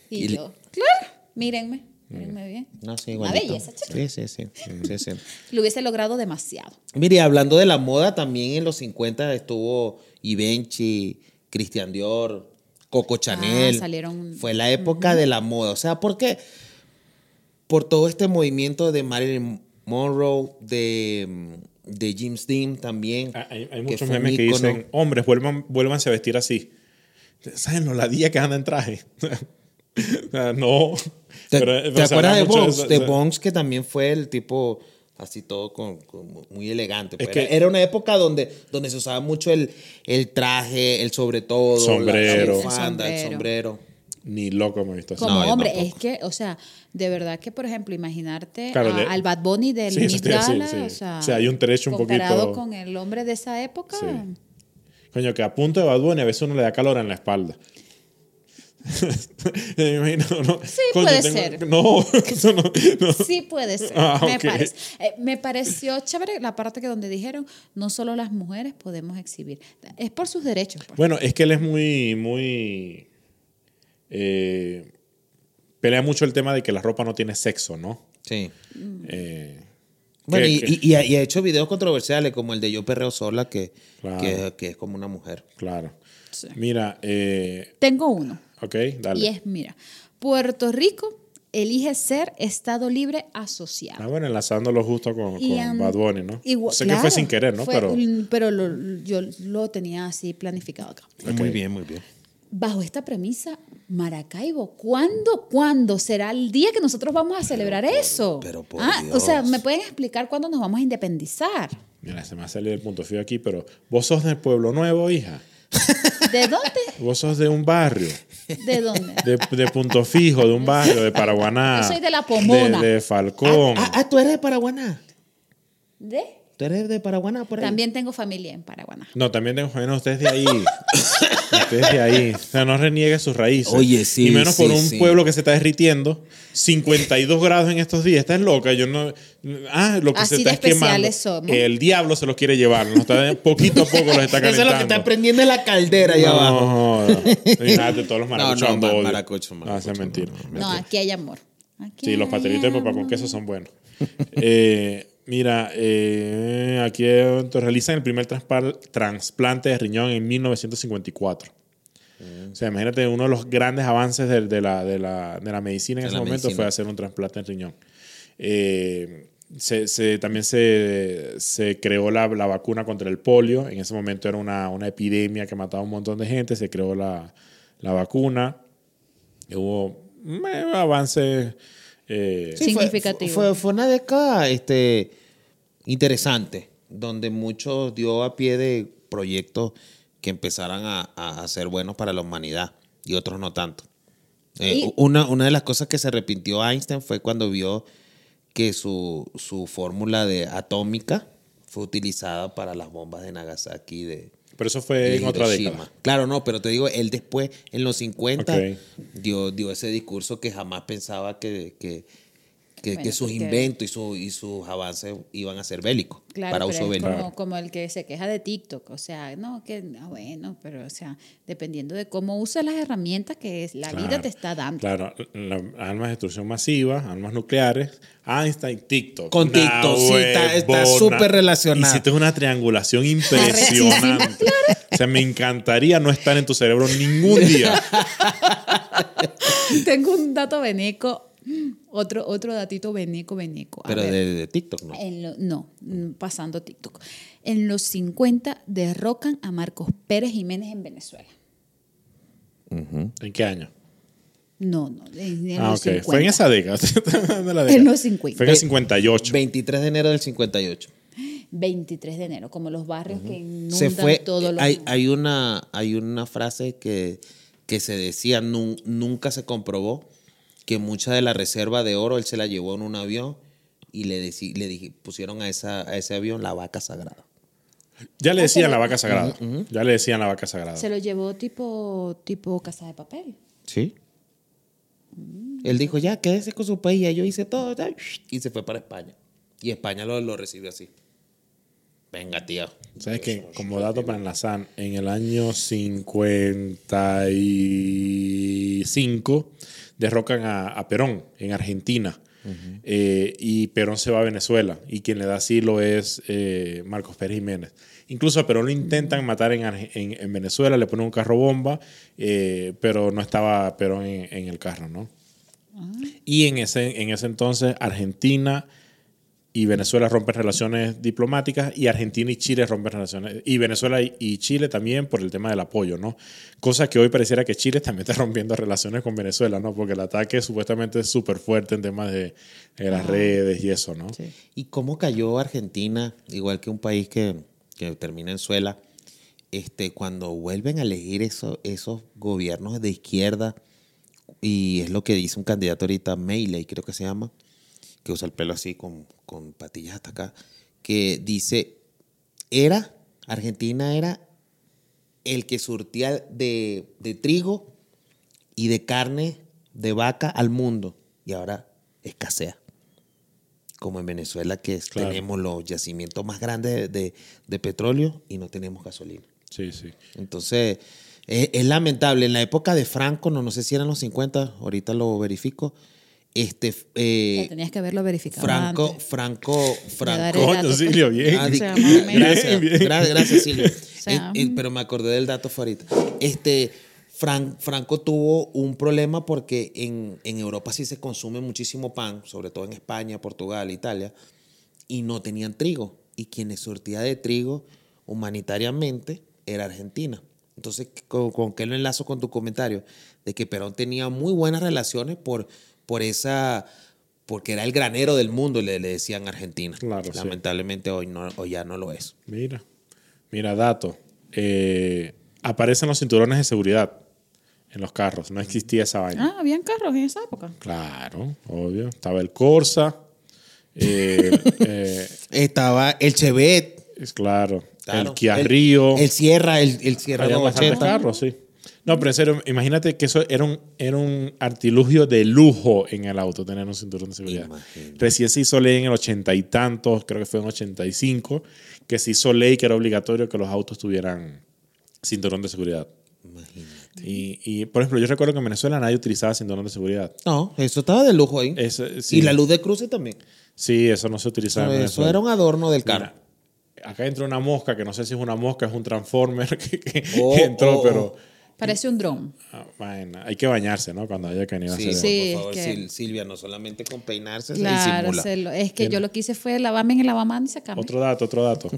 Y, Y- yo, claro, mírenme, mírenme bien. No, sí, Una igualito. belleza, chica. Sí, sí, sí. sí, sí. Lo hubiese logrado demasiado. Mire, hablando de la moda, también en los 50 estuvo Givenchy, Christian Dior, Coco Chanel. salieron- Fue la época de la moda. O sea, ¿por qué? Por todo este movimiento de Marilyn Monroe, de, de James Dean también. Ah, Hay, hay que muchos fue un memes que ícono. dicen, hombres, vuelvan, vuélvanse a vestir así. ¿Saben lo ladilla que anda en traje? O sea, no. ¿Te, Pero- te pero se habla acuerdas de mucho Bones? eso, De o sea, Bones, que también fue el tipo así todo con, con- muy elegante. Es pues. Era- que- era una época donde, donde se usaba mucho el, el traje, el sobre todo, la- Sombrero. la bufanda, el El sombrero. Ni loco me he visto así. No, Como yo hombre, tampoco. es que, o sea, de verdad que, por ejemplo, imaginarte Claro, a- de- al Bad Bunny del Sí, eso Met te iba a decir, Gala, sí. o, sea, O sea, hay un trecho un Comparado poquito- con el hombre de esa época, Sí. Coño, que a punto de Bad Bunny a veces uno le da calor en la espalda. Me imagino, ¿no? Sí, Coño, puede tengo- ser. No, eso no. no. Sí puede ser, Ah, me ok. parece. Eh, me pareció chévere la parte que donde dijeron, no solo las mujeres podemos exhibir, es por sus derechos. pues. Bueno, es que él es muy, muy... eh, pelea mucho el tema de que la ropa no tiene sexo, ¿no? Sí. Eh, Bueno, que- y, que- y- y ha, y ha hecho videos controversiales como el de Yo Perreo Sola, que, Claro. que, que es como una mujer. Claro. Sí. Mira, eh, Tengo uno, ok, dale. y es, mira, Puerto Rico elige ser Estado libre asociado. Ah, bueno, enlazándolo justo con, Y, con um, Bad Bunny, ¿no? igual- sé que claro, fue sin querer, ¿no? fue- Pero... pero lo- yo lo tenía así planificado acá. Muy bien, muy bien. Bajo esta premisa, Maracaibo, ¿cuándo, cuándo será el día que nosotros vamos a celebrar eso? pero por Ah, O sea, Dios. ¿me pueden explicar cuándo nos vamos a independizar? Mira, se me ha salido el punto frío aquí, pero vos sos del pueblo nuevo, hija. ¿De dónde? Vos sos de un barrio, ¿De dónde? de, de Punto Fijo, de un barrio, de Paraguaná. Yo soy de La Pomona. De, de Falcón. Ah, ah, tú eres de Paraguaná. ¿De? Tú eres de Paraguaná por ahí. También tengo familia en Paraguaná. No, también tengo bueno, ustedes de ahí. ustedes de ahí. O sea, no reniegue sus raíces. Oye, sí, Y menos sí, por un sí. pueblo que se está derritiendo. 52 grados en estos días. Estás loca. Yo no. Ah, lo que Así se está de es quemando. especiales somos. El diablo se los quiere llevar. Nos está, poquito a poco los está Eso calentando. es lo que está prendiendo en la caldera allá no, abajo. No, no. Imagínate, todos los maracuchos. No, no, ando ma- odio. maracucho, maracucho, No, sea, no, mentira. No, aquí hay amor. Aquí Sí, los hay pastelitos de papá con amor. queso son buenos. Eh, mira, eh, aquí eh, realizan el primer transpar- trasplante de riñón en 1954. O sea, imagínate, uno de los grandes avances de, de la, de la- de la medicina en De ese la momento medicina. fue hacer un trasplante en riñón. Eh, se, se- también se, se creó la, la vacuna contra el polio. En ese momento era una, una epidemia que mataba a un montón de gente. Se creó la, la vacuna. Hubo eh, avances. eh, Sí, fue- Significativo. Fue, fue una década este, interesante, donde muchos dio a pie de proyectos que empezaran a, a- a ser buenos para la humanidad y otros no tanto. Eh, Y- una, una de las cosas que se arrepintió Einstein fue cuando vio que su, su fórmula de atómica fue utilizada para las bombas de Nagasaki y de, Pero eso fue en y otra Hiroshima. década. Claro, no, pero te digo, él después, en los 50, Ok. dio, dio ese discurso que jamás pensaba que, que, que- Bueno, que sus porque- inventos y, su- y sus avances iban a ser bélicos, Claro, para pero uso es bélico. como, como el que se queja de TikTok, o sea, no, que ah, bueno, pero o sea, dependiendo de cómo usas las herramientas que es, la vida Claro, te está dando. Claro, la- armas de destrucción masiva, armas nucleares, Einstein, TikTok. Con Nah, TikTok, sí, está- está huevona. súper relacionado. Hiciste una triangulación impresionante. o sea, me encantaría no estar en tu cerebro ningún día. Tengo un dato veneco, otro, otro datito veneco, veneco. A Pero ver. eh, de, de TikTok, ¿no? En lo- no, mm, pasando TikTok. En los 50 derrocan a Marcos Pérez Jiménez en Venezuela. ¿En qué año? No, no, en, en ah, los ok. 50. Fue en esa década. De la En los Fue 50. en el 58. 23 de enero del 58. 23 de enero, como los barrios que inundan se fue. eh, todos los... hay, hay una, hay una frase que, que se decía, "Nun- nunca se comprobó que mucha de la reserva de oro él se la llevó en un avión y le, deci- le dije- pusieron a, esa, a ese avión la vaca sagrada. Ya le Ah, decían pero- la vaca sagrada. Ya le decían la vaca sagrada. Se lo llevó tipo, tipo casa de papel. ¿Sí? Él dijo, ya, quédese con su país, ya yo hice todo, ya", y se fue para España. Y España lo, lo recibió así. Venga, tío. ¿Sabes qué? Como dato para enlazar, en el año 55 derrocan a, a Perón en Argentina. Eh, y Perón se va a Venezuela. Y quien le da asilo es eh, Marcos Pérez Jiménez. Incluso a Perón lo intentan matar en, Arge- en, en Venezuela, le ponen un carro bomba, eh, pero no estaba Perón en, en el carro, ¿no? Y en ese, en ese entonces, Argentina y Venezuela rompen relaciones diplomáticas y Argentina y Chile rompen relaciones y Venezuela y- y Chile también por el tema del apoyo, ¿no? Cosa que hoy pareciera que Chile también está rompiendo relaciones con Venezuela, ¿no? Porque el ataque supuestamente es súper fuerte en temas de, de las redes y eso, ¿no? ¿Y cómo cayó Argentina, igual que un país que, que termina en suela, este, cuando vuelven a elegir eso- esos gobiernos de izquierda? Y es lo que dice un candidato ahorita, Meiley, creo que se llama, que usa el pelo así con, con patillas hasta acá, que dice, era, Argentina era el que surtía de, de trigo y de carne de vaca al mundo. Y ahora escasea. Como en Venezuela, que es- Claro. tenemos los yacimientos más grandes de, de- de petróleo y no tenemos gasolina. Sí, sí. Entonces, es, es lamentable. En la época de Franco, no, no sé si eran los 50, ahorita lo verifico. Este, eh, O sea, tenías que haberlo verificado Franco, antes. Franco, Franco. daré Coño, dato, pues. Silvio, bien. Ah, O di- sea, más o menos. gracias, Bien, bien. gra- gracias, Silvio. sea, Eh, eh, pero me acordé del dato fue ahorita. Este, Fran- Franco tuvo un problema porque en, en Europa sí se consume muchísimo pan, sobre todo en España, Portugal, Italia, y no tenían trigo. Y quienes surtía de trigo humanitariamente era Argentina. Entonces, ¿con, con qué lo enlazo con tu comentario? De que Perón tenía muy buenas relaciones por, por esa... Porque era el granero del mundo, le, le decían Argentina. Claro, sí. Lamentablemente hoy, no, hoy ya no lo es. Mira, mira, dato. Eh, aparecen los cinturones de seguridad en los carros. No existía esa vaina. Ah, habían carros en esa época. Claro, obvio. Estaba el Corsa. eh, eh, Estaba el Chevet. es claro, claro, el Kia Río. El Sierra, el, el Sierra Había bastantes 80. carros, sí. No, pero en serio, imagínate que eso era un, era un artilugio de lujo en el auto, tener un cinturón de seguridad. Imagínate. Recién se hizo ley en el ochenta y tantos, creo que fue en 85, que se hizo ley que era obligatorio que los autos tuvieran cinturón de seguridad. Imagínate. Y, y, por ejemplo, yo recuerdo que en Venezuela nadie utilizaba cinturón de seguridad. No, eso estaba de lujo ahí. Eso, sí. Y la luz de cruce también. Sí, eso no se utilizaba en Pero Venezuela. eso era un adorno del carro. Mira, acá entró una mosca, que no sé si es una mosca, es un transformer que, que Oh, entró, oh, pero... Parece un dron. ah, vaina, hay que bañarse, ¿no? Cuando haya que venir a Sí, hacer sí. por eso. favor, es que- Sil- Silvia, no solamente con peinarse, se Claro, disimula. se lo- es que yo lo que hice fue lavarme en el lavamano y sacarme. Otro dato, otro dato.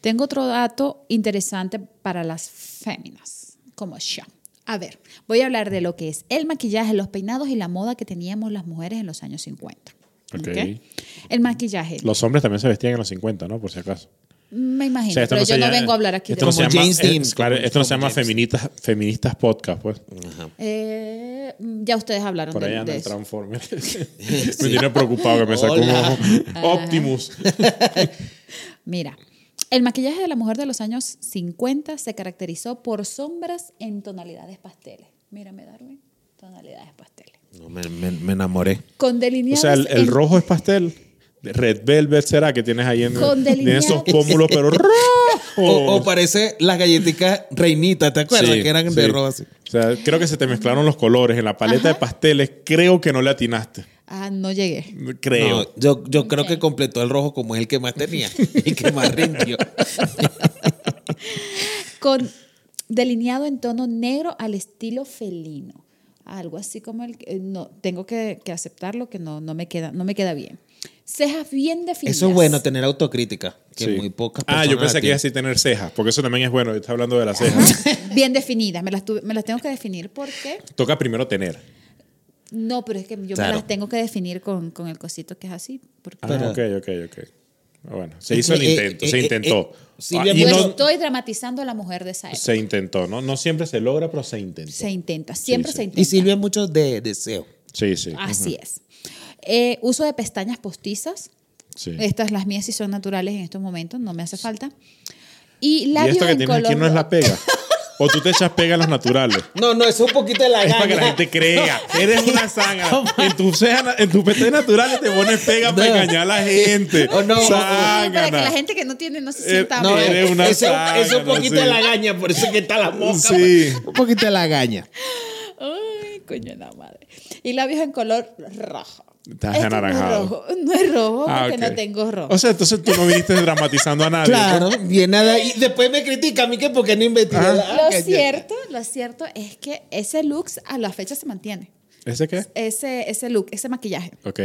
Tengo otro dato interesante para las féminas, como yo. A ver, voy a hablar de lo que es el maquillaje, los peinados y la moda que teníamos las mujeres en los años 50. Ok. ¿Ok? El maquillaje, Los hombres también se vestían en los 50, ¿no? Por si acaso. me imagino, O sea, esto pero no se yo no llama- vengo a hablar aquí esto de no se Como llama, James eh, Dean, claro, como- esto no como se llama James. feministas, feministas podcast, pues. Ajá. Eh, ya ustedes hablaron Por de, ahí de anda el eso. Transformer. me tiene preocupado que me sacó un Hola. ojo. Optimus. Mira, El maquillaje de la mujer de los años 50 se caracterizó por sombras en tonalidades pasteles. Mírame, Darwin, tonalidades pasteles. No, me, me- me enamoré. Con O delineados. sea, el, el en- rojo es pastel. Red Velvet será que tienes ahí en Con tienes esos delineados. pómulos, pero rojo. O, o parece las galletitas reinitas, ¿te acuerdas? Sí, que eran sí. de rosa. O sea, creo que se te mezclaron los colores en la paleta de pasteles. Creo que no le atinaste. Ah, no llegué. Creo. No, yo yo creo Ok. que completó el rojo como es el que más tenía y que más rindió. Con delineado en tono negro al estilo felino. Algo así como el eh, no tengo que, que aceptarlo que no no me queda no me queda bien. Cejas bien definidas. Eso es bueno, tener autocrítica, que Sí. muy pocas Ah, personas yo la pensé que tienen. iba a decir tener cejas, porque eso también es bueno. Está hablando de las cejas. bien definidas, me las tuve- me las tengo que definir porque Toca primero tener. no, pero es que yo Claro. me las tengo que definir con, con el cosito que es así. Porque Ah, Pero- ok, ok, ok. Ah, Bueno, se Es hizo que, el eh, intento, se eh, eh, intentó. eh, sí, Ah, bien y Pues no, estoy dramatizando a la mujer de esa época. se intentó, ¿no? No siempre se logra, pero se intentó. Se intenta, siempre sí. se Y intenta. Y sirve mucho de deseo. Sí, sí. Así es. Eh, uso de pestañas postizas. sí. Estas las mías sí son naturales en estos momentos, no me hace falta. Y Y labios esto que en tienes aquí color no es la ro- pega. O tú te echas pega en las naturales. No, no, eso es un poquito de la Es para que la gente crea. Eres una zaga. En tus cejas- en tus pestañas naturales te pones pega para No. engañar a la gente. Oh, no. Ah, para que Zángana. la gente que no tiene no se Eh, sienta no, mal. eres una eso, zángana, eso es un poquito sí. de la gaña, por eso es que está la mosca. Sí. Un poquito de la gaña. Ay, coño de la madre. Y labios en color rojo. Estás Esto anaranjado. No es rojo, no es rojo Ah, porque ok. no tengo rojo. O sea, entonces tú no viniste dramatizando a nadie. Claro, viene de ahí. Después me critica a mí que porque no investigué. Ah. la lo gaña. cierto, lo cierto es que ese look a la fecha se mantiene. ¿Ese qué? Ese, ese look, ese maquillaje. Ok.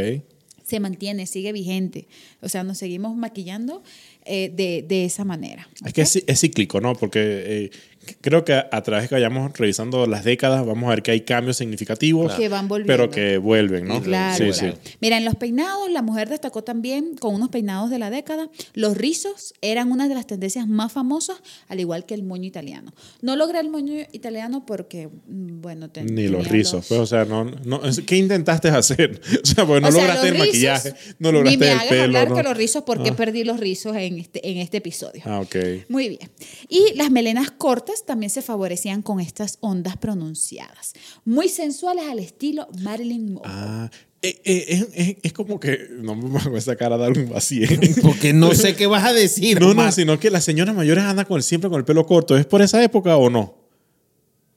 se mantiene, sigue vigente. O sea, nos seguimos maquillando eh, de, de esa manera. Es que es, ci- es cíclico, ¿no? Porque eh, c- creo que a, a través que vayamos revisando las décadas, vamos a ver que hay cambios significativos. Que van volviendo. Pero que vuelven, ¿no? Claro, Sí, claro. sí. Mira, en los peinados, la mujer destacó también con unos peinados de la década. Los rizos eran una de las tendencias más famosas, al igual que el moño italiano. No logré el moño italiano porque, mm, bueno, ten- Ni los tenía rizos, pues, o sea, no, no, es- ¿qué intentaste hacer? O sea, pues no O sea, lograste el los rizos, maquillaje, no lograste Ni me el hagas pelo. hablar ¿no? que los rizos, porque Ah. perdí los rizos en este, en este episodio. Ah, ok. Muy bien. Y las melenas cortas también se favorecían con estas ondas pronunciadas, muy sensuales al estilo Marilyn Monroe. Ah, eh, eh, es, es- es como que no me hago esa cara de algún vacío. Porque no sé qué vas a decir. No, no, Mar. sino que las señoras mayores andan con el- siempre con el pelo corto. ¿Es por esa época o no?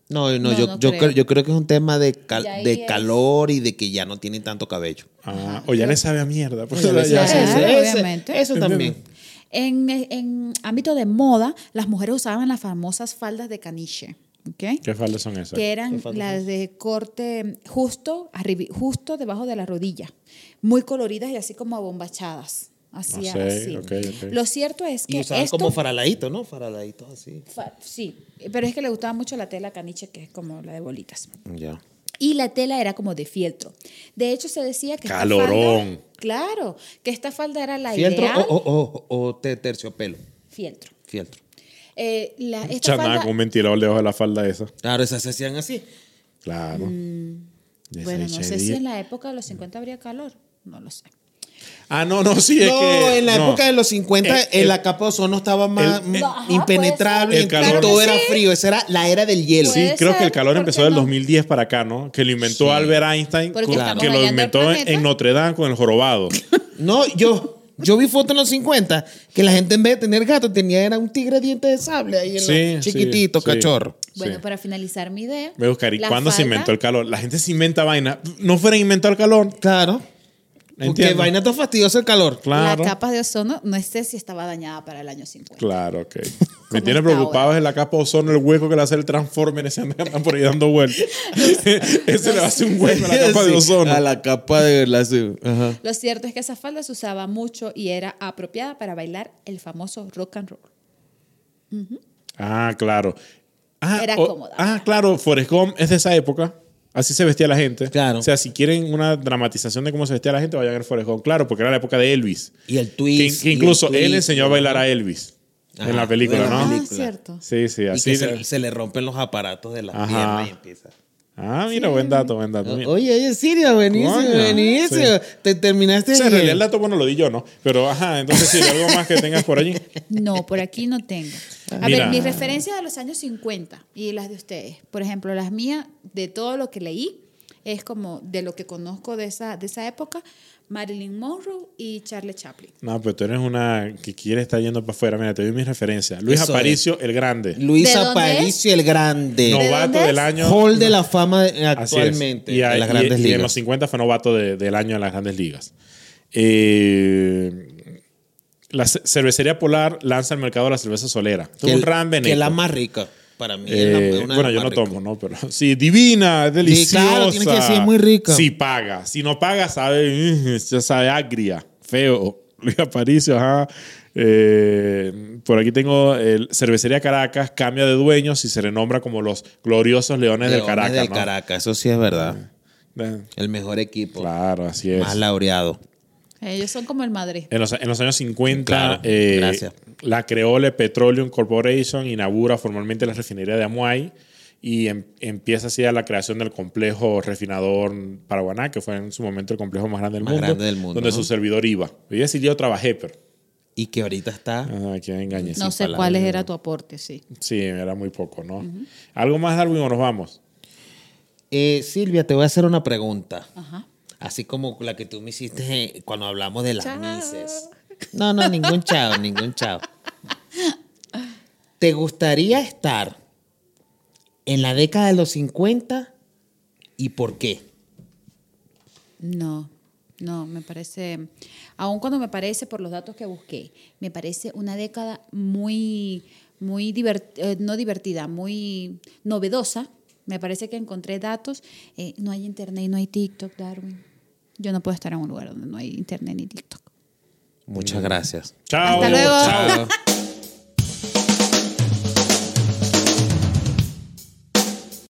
No, no, No, yo, no yo creo. creo. yo creo que es un tema de, cal- Ya ahí de es. calor y de que ya no tiene tanto cabello. Ah, o ya le sabe a mierda. pues, Claro, ya sabe. se- Claro, ese- obviamente. Eso también. En, eh, en ámbito de moda, las mujeres usaban las famosas faldas de caniche, ¿ok? ¿Qué faldas son esas? que eran falta las de corte justo, arribi- justo debajo de la rodilla, muy coloridas y así como abombachadas. Así, No sé, así. Ah, ok, ok. Lo cierto es Y que usaban esto como faraladito, ¿no? Faraladitos así. fa- sí, pero es que le gustaba mucho la tela caniche que es como la de bolitas. Ya. Y la tela era como de fieltro. De hecho, se decía que. esta Calorón. falda- claro, que esta falda era la Fieltro ideal. o, o, o, o te- terciopelo. Fieltro. Fieltro. Eh, la, esta Chama, falda- con un ventilador debajo de la falda esa. Claro, esas se hacían así. Claro. Esa Mm, bueno, no sé si bichería. en la época de los 50 habría calor. No lo sé. Ah, no, no, sí, es no, que. en la no. época de los 50 El- en el- la capa de ozono estaba más el- mm, No, ajá, impenetrable puede y ser. El calor. todo Claro era que sí. frío. Esa era la era del hielo. Sí, Puede creo que el ser, calor ¿por empezó qué del no? 2010 para acá, ¿no? Que lo inventó Sí. Albert Einstein, Porque con- estamos que lo dañando el inventó en, planeta. en Notre Dame con el jorobado. No, yo, yo vi fotos en los 50 que la gente en vez de tener gato tenía era un tigre diente de sable ahí en Sí, la- sí, chiquitito, sí. cachorro. Bueno, Sí. para finalizar mi idea. Me buscar, ¿y la cuándo se falda- inventó el calor? La gente se inventa vaina. No fuera a inventar el calor. Claro. Porque Entiendo. vaina tan fastidiosa el calor. Claro. La capa de ozono, no sé si estaba dañada para el año 50. Claro, ok. ¿Cómo Me tiene está preocupado es la capa de ozono, el hueco que le hace el Transformer, ese anda por ahí dando vueltas. ese le hace un hueco a la capa de Sí, ozono. A la capa de la sí, ajá. Lo cierto es que esa falda se usaba mucho y era apropiada para bailar el famoso rock and roll. Ah, claro. Ah, Era cómoda. Ah, claro, Forrest Gump es de esa época. Así se vestía la gente. Claro. O sea, si quieren una dramatización de cómo se vestía la gente, vayan a ver Forrest Gump. Claro, porque era la época de Elvis. Y el Que- twist. que y el incluso twist, él enseñó a y- bailar a Elvis Ajá, en la película, en la ¿no? película. Ah, cierto. Sí, sí, Y así. que se, se le rompen los aparatos de las Ajá. piernas y empieza. Ah, mira, buen dato, buen dato. mira. Oye, oye, Siria, buenísimo, Coño, buenísimo. Te terminaste. O sea, en de- realidad el dato bueno lo di yo, ¿no? Pero, ajá, entonces sí, algo más que tengas por allí. No, por aquí no tengo. A Mira. ver, mis referencias de los años 50 y las de ustedes. Por ejemplo, las mías, de todo lo que leí, es como de lo que conozco de esa, de esa época, Marilyn Monroe y Charlie Chaplin. No, pero tú eres una que quiere estar yendo para afuera. Mira, te doy mis referencias. Luis Eso Aparicio, el grande. Luis ¿De dónde Aparicio el Grande. Novato dónde es? del año. Hall de la fama de- Así es. actualmente Y, a- de las y- grandes y ligas. en los 50 fue novato de- del año en las grandes ligas. Eh, la ce- cervecería Polar lanza al mercado la cerveza solera. Esto que es un el- ran que es Benetton. la más rica para mí. es la- Eh, es una de bueno, las yo más no ricas. tomo, ¿no? Pero sí, divina, Sí, deliciosa. claro, tienes que decir, es muy rica. Si paga. Si no paga, sabe, mm, ya sabe agria, feo. Luis Aparicio, ajá. Eh, por aquí tengo el Cervecería Caracas, cambia de dueños y se renombra como los gloriosos Leones, del Leones Caracas. del ¿no? Caracas, eso sí es verdad. Eh, Mm. El mejor equipo, Claro, así es. más laureado. Ellos son como el Madrid. En los, en los años 50, Claro, eh, gracias. la Creole Petroleum Corporation inaugura formalmente la refinería de Amuay y em- empieza así a la creación del complejo refinador Paraguaná, que fue en su momento el complejo más grande del, Más mundo, grande del mundo, donde ¿no? su servidor iba. Yo iba a decir, yo trabajé, pero... Y que ahorita está Ah, aquí me engañé. No sin sé palabras. cuál era tu aporte, sí. Sí, era muy poco, ¿no? ¿Algo más, Darwin, o nos vamos? Eh, Silvia, te voy a hacer una pregunta. Ajá. Así como la que tú me hiciste eh, cuando hablamos de las Chao. Mises. No, no, ningún chao, ningún chao. ¿Te gustaría estar en la década de los 50 y por qué? No, no, me parece, aun cuando me parece por los datos que busqué, me parece una década muy, muy divert- eh, no divertida, muy novedosa. Me parece que encontré datos. eh, no hay internet y no hay TikTok, Darwin. Yo no puedo estar en un lugar donde no hay internet ni TikTok. Muchas gracias. Chao. Hasta luego. Chao.